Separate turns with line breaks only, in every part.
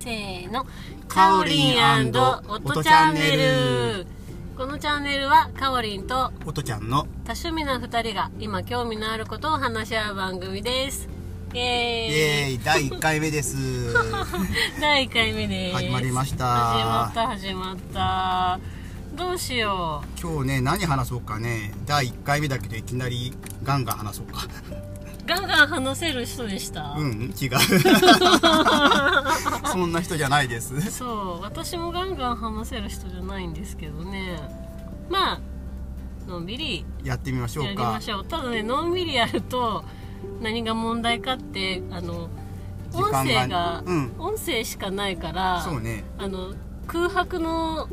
ーのかおりんおとチャンネルこのチャンネルはかおりんと
音ちゃんの
多趣味な2人が今興味のあることを話し合う番組ですイエー
イ
イ
エーイ第1回目です
第1回目です
始まりました
始まった始まったどうしよ
今日ね何話そうかね第1回目だけどいきなりガンガン話そうか
うガンガン話せる人でした、
うん 違うそんな人じゃないです
そう私もガンガン話せる人じゃないんですけどねまあのんびり
やってみましょ
や
う
り
か
ましょうただねのんびりやると何が問題かってあの
時
音
間が
声が、
うん
音声しかないから
そうね
あの空白の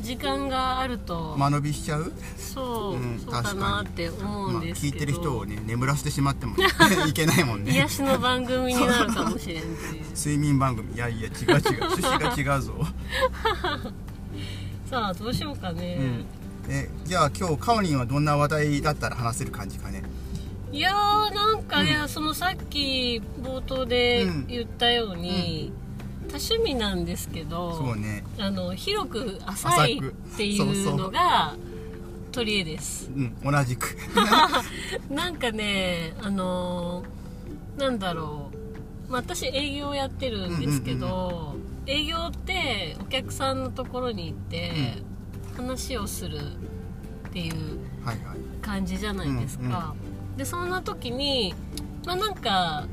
時間があると、
間延びしちゃう、
そう、
うん
そうかなって思うん
まあ、
です
聞
けど、
いてる人をね眠らせてしまっ てもねいけないもんね
癒しの番組になるかもしれんという
睡眠番組いやいや違う違う趣旨が違うぞ、
さあどうしようかね
う、ん、えじゃあ今日かおりんはどんな話題だったら話せる感じかね
いやーなんか、
うん
いやそのさっき冒頭で
うん
言ったように、多趣味なんですけど
そうね
あの広く浅い
浅く
っていうのが取り柄です
うん同じく
なんかねあのーなんだろう、まあ、私営業やってるんですけど、営業ってお客さんのところに行って話をするっていう
はい はい
感じじゃないですか、でそんな時にまあなんか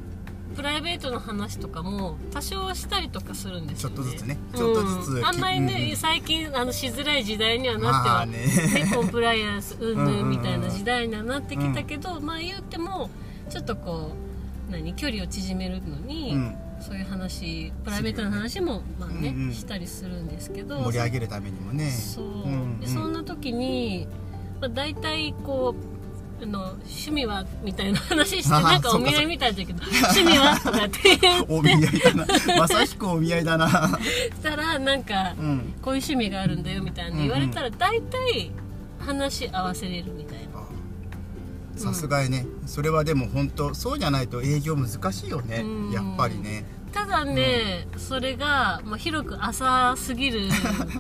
プライベートの話とかも多少したりとかするんです
ち
よ
ょっ
ね
とずつねちょっとずつ、
うん、あんまりね、
うんうん
最近あのしづらい時代にはなって
ま
は、
あね
ねコンプライアンスうん
うんうん
ぬ
うんん
みたいな時代にはなってきたけど、まあ言ってもちょっとこう何距離を縮めるのに、
うん
そういう話プライベートの話も、まあね
うんうん
したりするんですけど
盛り上げるためにもね
そう、
ん
でそんな時に、まあ、大体こうあの趣味はみたいな話して
あー
なんか
そ
お
うか
見合いみたいだけど趣味はとかって言っ
お見合いだな まさしくお見合いだな
たらなんか、
うん
こういう趣味があるんだよみたいな言われたら大体話合わせれるみたいな。
あさすがやね、それはでも本当そうじゃないと営業難しいよね、
うん
やっぱりね
ただね、それが、まあ、広く浅すぎる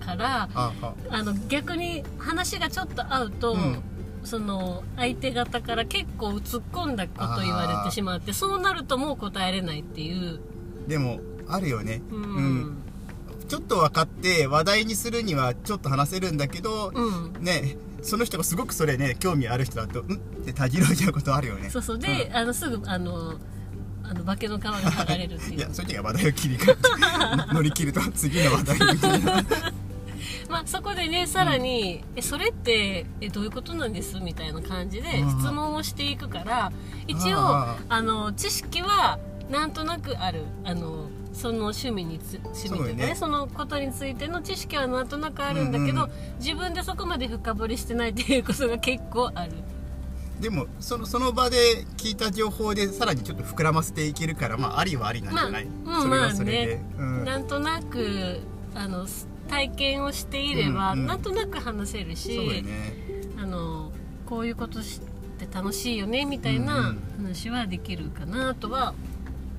から
ああ
あの逆に話がちょっと合うと、
うん
その相手方から結構突っ込んだこと言われてしまってそうなるともう答えれないっていう、
でもあるよね
う
うんちょっと分かって話題にするにはちょっと話せるんだけど、
うん
ねその人がすごくそれね興味ある人だと「ん?」ってたじろいちゃうことあるよね
そうそうで、あのすぐあのあの化けの皮が剥がれるって
い
いう
やそういう時は話題を切り替 えて乗り切ると次の話題みたいな
まあ、そこでねさらに、えそれってえどういうことなんですみたいな感じで
うん
質問をしていくから一応あ
あ
の知識はなんとなくあるあのその趣味につ趣味というかね
そ
そ
うね
のことについての知識はなんとなくあるんだけど、
うん
自分でそこまで深掘りしてないっていうことが結構ある
でもそのその場で聞いた情報でさらにちょっと膨らませていけるからまあありはありなんじゃない、
まあうん
それはそれで、うん
なんとなくあのす体験をしていれば、
うんうん
なんとなく話せるし、
そうだよね
あのこういうことして楽しいよねみたいな話はできるかなとは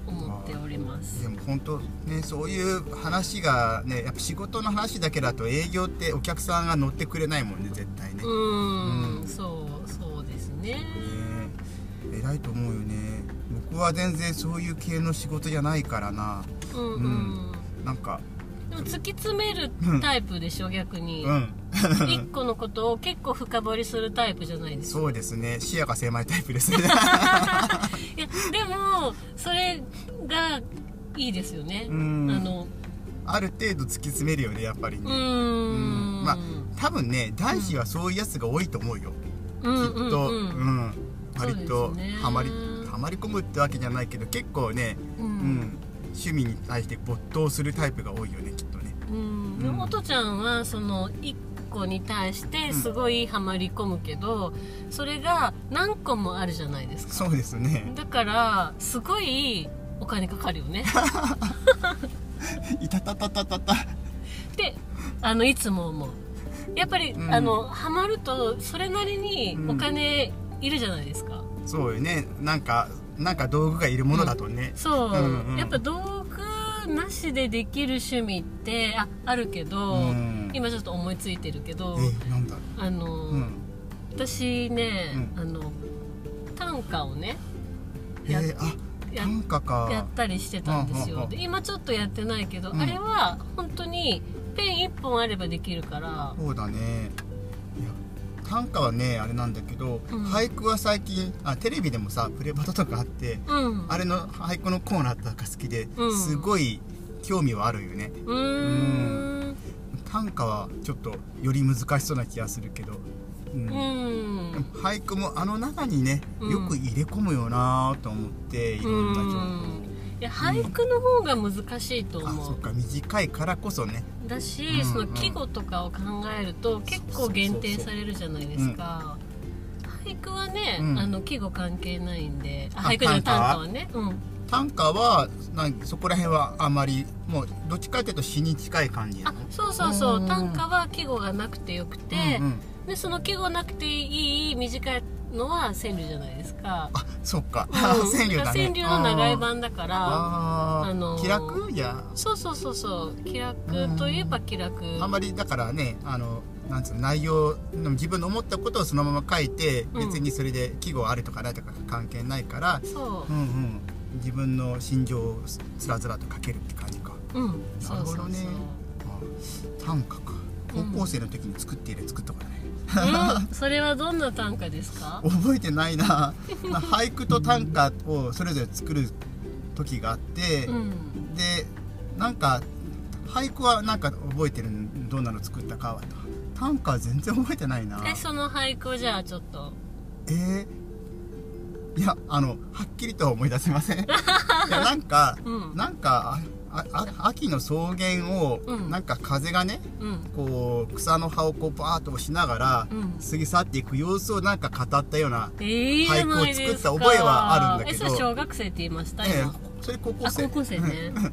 思っております
で。も本当ねそういう話がねやっぱ仕事の話だけだと営業ってお客さんが乗ってくれないもんね絶対ね
う、ー、
うんん
そうそうですね。
ね偉いと思うよね僕は全然そういう系の仕事じゃないからな
うんう
うんん。なんか
でも突き詰めるタイプでしょ逆に
う。ん
一個のことを結構深掘りするタイプじゃないですか。
そうですね視野が狭いタイプ ですね
いやでもそれがいいですよね。あ
うん
の
ある程度突き詰めるよねやっぱり
う
ね、
ー
うん
ん。
まあ多分ね男子はそういうやつが多いと思うよ、
うんうんうん、
きっと、うん割
そ
と
うですね
ハマりハマり込むってわけじゃないけど結構ね、
う
うん
ん
趣味に対して没頭するタイプが多いよねきっとね
うん、で
うん
もおとちゃんはその1個に対してすごいハマり込むけど、それが何個もあるじゃないですか
そうですね
だからすごいお金かかるよ ね
いたたたたたた
ってあのいつも思うやっぱり、
うん
あのハマるとそれなりに
うん
お金いるじゃないですか、
そうよねなんかなんか道具がいるものだとね、
そう、
うんうん
やっぱ道具力なしでできる趣味ってああるけど、
うん
今ちょっと思いついてるけど
えなんだ
あの、
うん
私ね、
うん
あの短歌をね
え
や
ー、あ
や
短歌か
やったりしてたんです
うんうんう
よ
ん
で今ちょっとやってないけど、
うん
あれは本当にペン1本あればできるから
そうだねいや短歌はねあれなんだけど、
うん
俳句は最近あテレビでもさプレバトとかあって
うん
あれの俳句のコーナーとか好きで、
うん
すごい興味はあるよね
うーん
短歌はちょっとより難しそうな気がするけど、うん
う
でも
ん
俳句もあの中にね
うん
よく入れ込むよなと思って、いろんな情
いや俳句の方が難しいと
報あ
思
そっ
う
か短いからこそね
だし、
うんうん
その季語とかを考えると結構限定されるじゃないですか俳句はね、
うん
あの季語関係ないんであ
あ
俳句じゃない短
短歌
歌はねうん
短歌はなんそこら辺はあまりもうどっちかというと詩に近い感じな
あ
の
そうそうそううん短歌は季語がなくてよくて、
うんうん
でその季語なくていい短いのは川柳じゃないですか
あそっか、
うん
川柳だね
川柳の長い版だから
あー
あのー
気楽いや
そうそうそうそう気楽といえば気楽
あんまりだからねあのなんつうの内容の自分の思ったことをそのまま書いて、
うん
別にそれで季語あるとかないとか関係ないから、
そ
うんうん、自分の心情をつらつらと書けるって感じか
ううんそうそう
なるほ
そ
ど
う、
ねあ短歌か高校生の時に作っている作ったからね、
うん それはどんな短歌です か
覚えてな いなまあ俳句と短歌をそれぞれ作る時があって、
うん
でなんか俳句はなんか覚えてるどんなの作ったかは短歌は全然覚えてないな
えその俳句をじゃあちょっと
えーいやあのはっきりとは思い出せ ませんいやなんか
うん
なんかあああ秋の草原を、
うん
なんか風がね
うん
こう草の葉をこうバーッと押しながら、
うん
過ぎ去っていく様子をなんか語ったような、
えー、いいじゃないですか
俳句を作った覚えはあるんだけど
えそれ小学生って言いました、
ええ
今
それ高校
あ
生
高校生ねへ
うん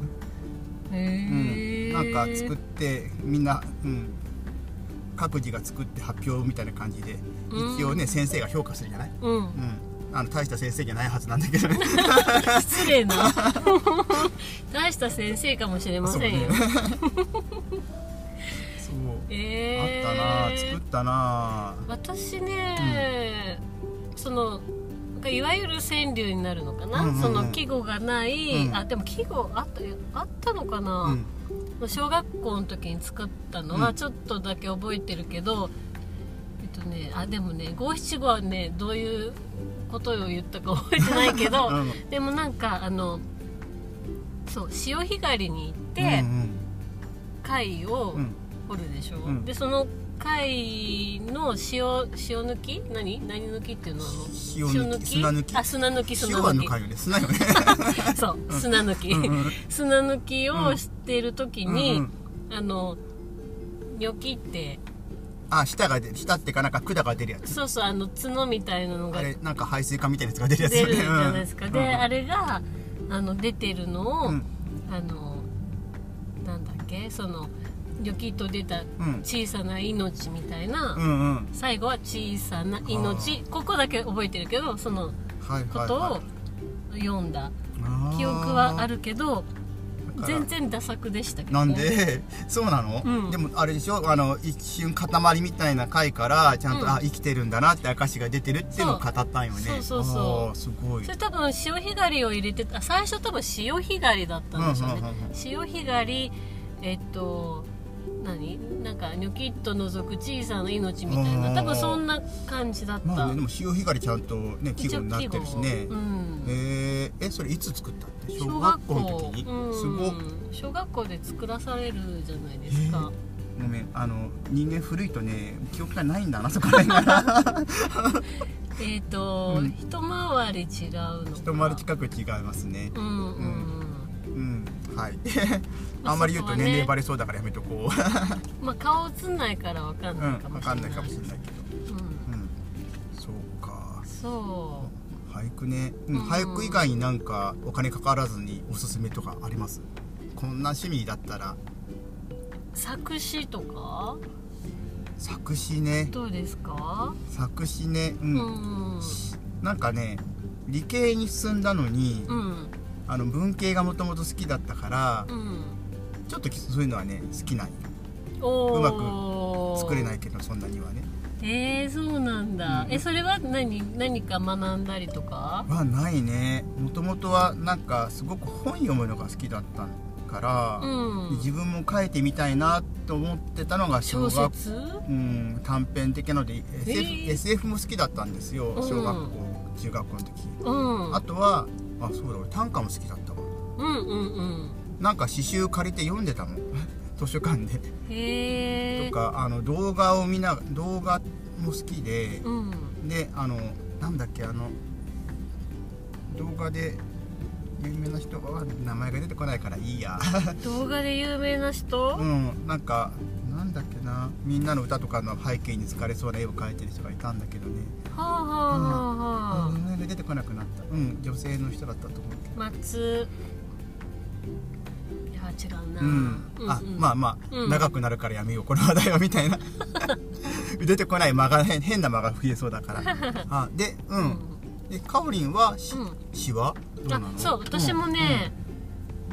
え
なんか作ってみんな、うん、各自が作って発表みたいな感じで
うん
一応ね先生が評価するじゃない、
うん
うん、あの大した先生じゃないはずなんだ けどね
失礼な大した先生かもしれま
そう
せん
ね
よ、
そう
え
あ
ー、
ったなあ作ったなあ
私ね、そのいわゆる川柳になるのかな、
うんうんうん
その季語がない、
うん
あでも季語あったあったのかな、
うん
小学校の時に作ったの
う
は
ん
ちょっとだけ覚えてるけど、えっとねあでもね五七五はねどういうことを言ったか覚えてないけど、
うん
でもなんかあのそう潮干狩りに行って、
うん
貝を
うんうん
掘るでしょ、
うん
でその貝の塩塩抜き何何抜きっていうのあの
塩抜き砂抜き
あ砂抜き砂
塩は
抜
ぬ
き
かよね砂よね
そう砂抜き、
うんうん
砂抜きをしてる時に、
うん
あのニョキって
あ舌が出舌ってかなんか管が出るやつ
そうそうあの角みたいなのが
あれなんか排水管みたいなやつが出るやつ
出
よ
る
ね
じゃないですか、で、あ
れ
れがあの出てるのを、
うん
あのなんだっけそのニョキと出た
うん
小さな命みたいな、
うんうんはい
最後は小さな命ここだけ覚えてるけどその
はい
こ
はい
とを読んだ
あー
記憶はあるけど
だから
全然ダ作でしたけど
なんでそうなの、
うん
でもあれでしょあの一瞬塊みたいな貝からちゃんと、
うん
あ生きてるんだなって証が出てるっていうのを語ったんよね
そうそうそうそう
あーすごい
それ多分潮干狩りを入れてた最初多分潮干狩りだったんでしょうね、
うんうんうんうん
潮干狩りえっと何なんかニョキッと覗く小さな命みたい
うんうん
な
う
多
ん
分そんな感じだった、
まあねでも潮干狩りちゃんとね季語になってるしね
一応季、語うん
えーえそれいつ作ったって小
小
学
学
校
校
の時に、
うん
すごっ
小学校で作らされるじゃないですか、
ごめんあの人間古いとね記憶がないんだなそこら 辺が
えっ、と、
うん
一回り違うのか
一回り近く違いますね
うんうん、
うんはい
まあ
あんまり言うと
そこはね
年齢バレそうだからやめとこう
まあ顔映んないからわかん
う
ない
ん
かも
分
しれ
か
な
んない
い
かもしれないけど
うん
うんそうか
そ
俳句ね、うん
うん
俳句以外になんかお金かからずにおすすめとかありますこんな趣味だったら
う作詞とか
作詞ね
どうですか
作詞ねう、
うんん
なんかね理系に進んだのに、
うん
あの文系がもともと好きだったから、
うん
ちょっときそういうのはね好きな
おー
うま作れないけどそんなにはね
えー、そうなんだ、
うん
えそれは何何か学んだりとか
はないねもともとはなんかすごく本読むのが好きだったから、
うん
自分も書いてみたいなと思ってたのが小
小
学
説
うん、短編的なので SF,、
へえ
SF も好きだったんですよ
うん
小学校、中学校の時、
うん
あとはあそうだ俺短歌も好きだったわ
うんうんうん
なんか刺繍借りて読んでたもん 図書館で
へえ
とかあの動画を見な動画も好きで、
うん
であのなんだっけあの動画で有名な人は名前が出てこないからいいや
動画で有名な人、
うんなんかなんだっけなみんなの歌とかの背景に疲れそうな絵を描いてる人がいたんだけどね
はあはあはあはあ、
名前が出てこなくなったうん女性の人だったと思うけど
松いや違うな、
うん、あ
うんうん
まあまあ、
うん
長くなるからやめようこの話題はみたいな出てこない間が変変な間が増えそうだからあでう
うん
ん、でかおりんはし、
うん
詩はどうな
あ
の
そう私もね、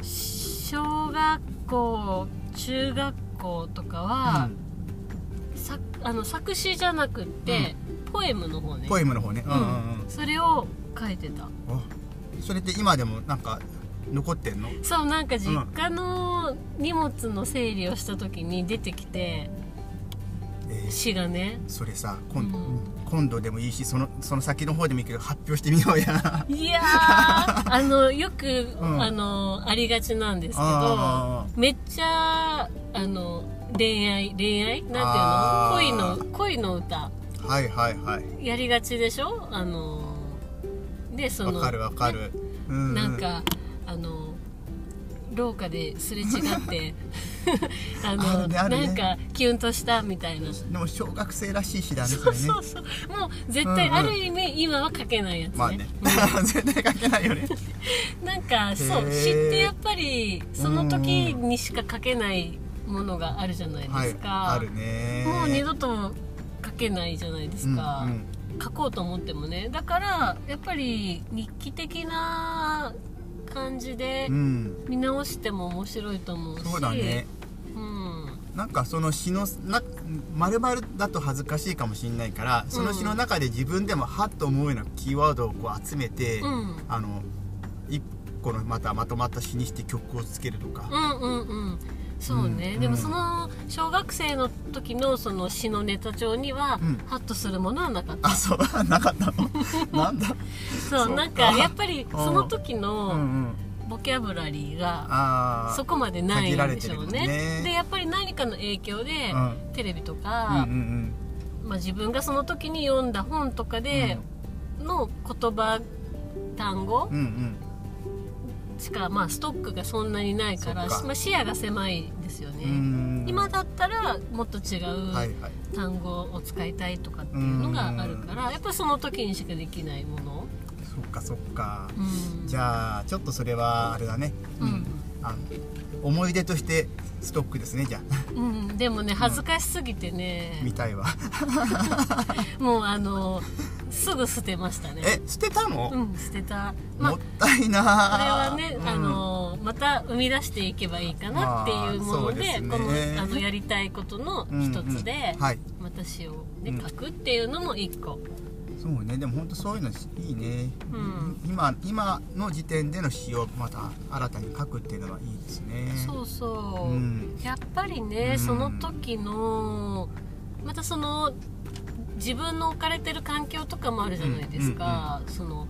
小学校中学校とか
うん
は
う、ん
さあの作詞じゃなくって、ポエムの方ね
ポエムの方ねうんうんうん
それを書いてた
あそれって今でもなんか残ってんの
そうなんか実家の荷物の整理をした時に出てきて
えー
詩がね
それさ今,、
うん
今度でもいいしそのその先の方でもいいけど発表してみよう や
いやーあのよく、
うん
あのありがちなんですけ
あ
どめっちゃあの恋愛恋愛なんていうの
あー
恋の恋の歌
はいはいはい
やりがちでしょあのでそ
わ
の
かるわかる、うんう
なんかあの廊下ですれ違って あ
あ
の
るねあるね
なんかキュンとしたみたいな。
でも小学生らしい詩だねそ
そう
れね
そうそうもう絶対
うんうん
ある意味今は書けないやつね,、
まあね 絶対書けないよね
なんかそ
へ
う
ー
詩ってやっぱりその時にしか書けないものがあるじゃないで
は
す
い
か、
あるね
もう二度と書けないじゃないですか、
うん
書こうと思ってもねだからやっぱり日記的な感じで
うん、うん
見直しても面白いと思うし
そうだね
うん
なんかその詩のな丸々だと恥ずかしいかもしれないからその詩の中で自分でもハッと思うようなキーワードをこう集めて、
うん
あの一個のまたまとまった詩にして曲をつけるとか、
うんうんうんそうね、
うん
で
う
も
ん
その小学生の時のその詩のネタ帳には、
うん
ハッとするものはなかった
あそう なかった のなんだ
そう
そう
なん
あ
かやっぱりその時
うん
の
うん
ボキャブラリーが
ああ
そこまでないんでしょう
限られ
ね
てるよね
でやっぱり何かの影響で、
う
テレビと
うんうん
か
う、ん
まあ、自分がその時に読んだ本とかでの言葉単語
うんうん
しか、まあ、ストックがそんなにないから
そっか
まあ、視野が狭いですよね、
うん
今だったらもっと違
はいうはい
単語を使いたいとかっていうのがあるから、やっぱその時にしかできないもの、
そっかそっか、
うん、
じ
ゃ
ゃあちょっとそれはあれだね
うん
あの思い出としてストックですねじゃあ
うん、でもね恥ずかしすぎてね
見、たいわ
もうあのすぐ捨てましたね
え捨てたの、
うん捨てたまあ
もったいな
これはね、
うん
あのまた生み出していけばいいかなっていうもので,、
ま
こ
あそう
の
ですね
あのやりたいことの一つで、
うんうんはい
私を、
う
ね
ん、
書くっていうのも一個、
そうねでも本当そういうのいいね、
うん
今今の時点での詩をまた新たに書くっていうのはいいですね
そうそう、
うん
やっぱりね、
うん
その時のまたその自分の置かれてる環境とかもあるじゃないですか、その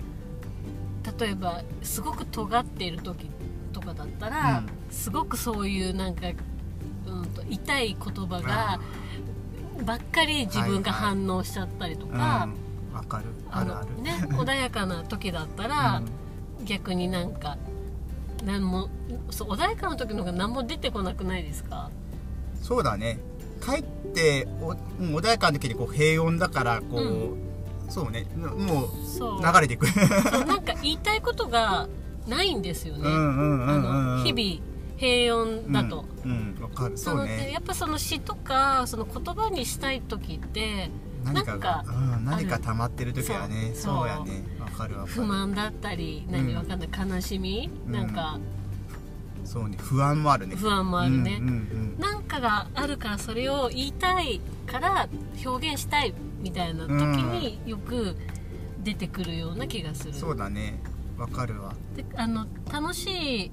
例えばすごく尖っている時とかだったら、
うん
すごくそういうなんか、うん、と痛い言葉
あ
がばっかり自分が反応しちゃったりと
うん
か、
わかる
あ
ある
の
ある
ね穏やかな時だったら、
う
逆になんかなんもそう穏やかな時の方が何も出てこなくないですか
んそうだね帰っておうん穏やかな時にこう平穏だからこう、そうねもう
そう
流れていく
そうなんか言いたいことがないんですよね、
うんうんうんうん
あ
うん
の日々平穏だと、
うん、うん、わかる
そ
そう
の
ね
やっぱその詩とかその言葉にしたい時って
何かが
なん
うん、何か溜まってる時はね
そう
そうやねわかるわか
不
る
満だったり
うん
何わかんない悲しみ、
うん
なんか
そうね不安もあるね
不安もあるね、
うんうん
なんかがあるからそれを言いたいから表現したいみたいな時によく出てくるような気がす
う
る、
ん、そうだねわかるわ
であの楽しい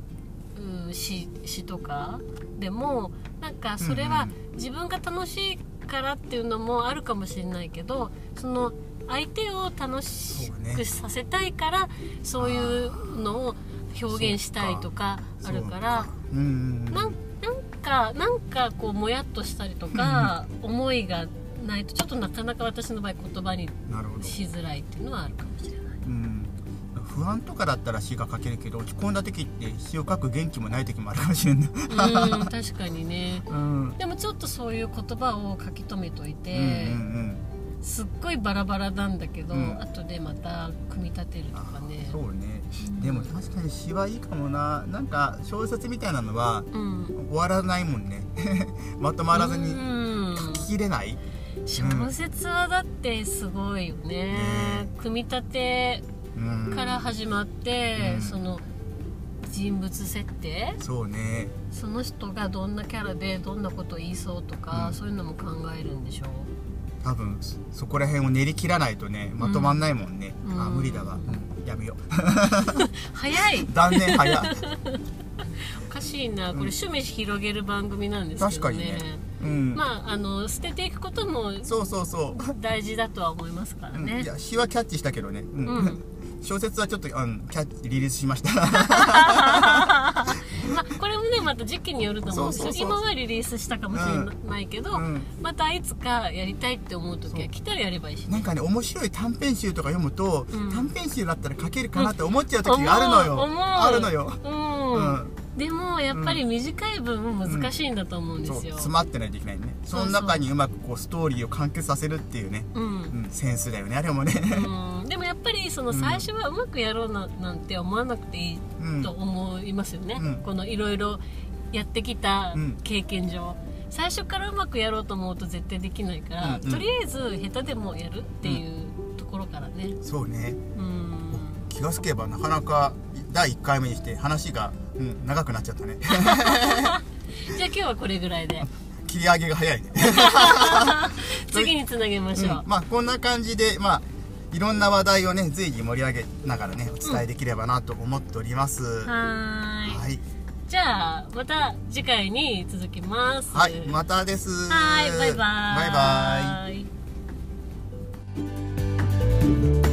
うー詩詩とかでもなんかそれは
うんうん
自分が楽しいからっていうのもあるかもしれないけどその相手を楽し
そうね
くさせたいからそういうのを表現したいとかあるから
そううんうん
な
うん
んなんかなんかこうもやっとしたりとか思いがないとちょっとなかなか私の場合言葉に
なるほど、
しづらいっていうのはあるかも しれない。
うん、不安とかだったら詩が書けるけど落ち込んだ時って詩を書く元気もない時もあるかもしれ ない、
うん確かにね
うん
でもちょっとそういう言葉を書き留めといて、
うんうん
すっごいバラバラなんだけど、
うん
後でまた組み立てるとか
あ
ね
そうねでも確かに詩はいいかもななんか小説みたいなのは
うん
終わらないもんね まとまらず
う
に
ん
書ききれない、
小説はだってすごいよね、組み立て
うん、
から始まって、
うん
その人物設定
そうね
その人がどんなキャラでどんなことを言いそうとか、
うん
そういうのも考えるんでしょ
多分そそこら辺を練り切らないとねまとまんないもんね、
うん
あ無理だわ、うんやめよう
早い
断念 早い
おかしいなこれ趣味広げる番組なんですけ
確
ど
かに
ね
ねうん、
まああの捨てていくことも
そうそうそう
大事だとは思いますから
うん
ね
い、や詩はキャッチしたけどね、うん
うん
小説はちょっとあのキャッチリリースしました
まあこれもねまた時期によると思うし
そうそうそう
今はリリースしたかもしれないけど、
うん
またいつかやりたいって思う時は来たらやればいいしね
なんかね面白い短編集とか読むと、
うん
短編集だったら書けるかなって思っちゃう時があるのよ、
思う思う
あるのよ、
うん、でもやっぱり短い分難しいんだと思うんで
そう
すよ、
詰まってないといけないねそ
そうそう
の中にうまくこうストーリーを完結させるっていうね、
うん
うん、センスだよねあれもね
うんでもやっぱりその最初はうまくやろうななんて思わなくていい
うん
と思いますよね、
うん
このいろいろやってきた
うん
経験上、最初からうまくやろうと思うと絶対できないから、
うんうん
とりあえず下手でもやるっていうところからね
そうね
うん
気がつけばなかなか第1回目にして話が、うん、長くなっちゃったね
じゃあ今日はこれぐらいで
切り上げが早いね
次につなげましょう、
うんまあこんな感じでまあいろんな話題をね随時盛り上げながらねお伝えできればなと思っております、
はーい
はい
じゃあまた次回に続きます
はいまたです
はーいバイバーイ
バイバイ
イ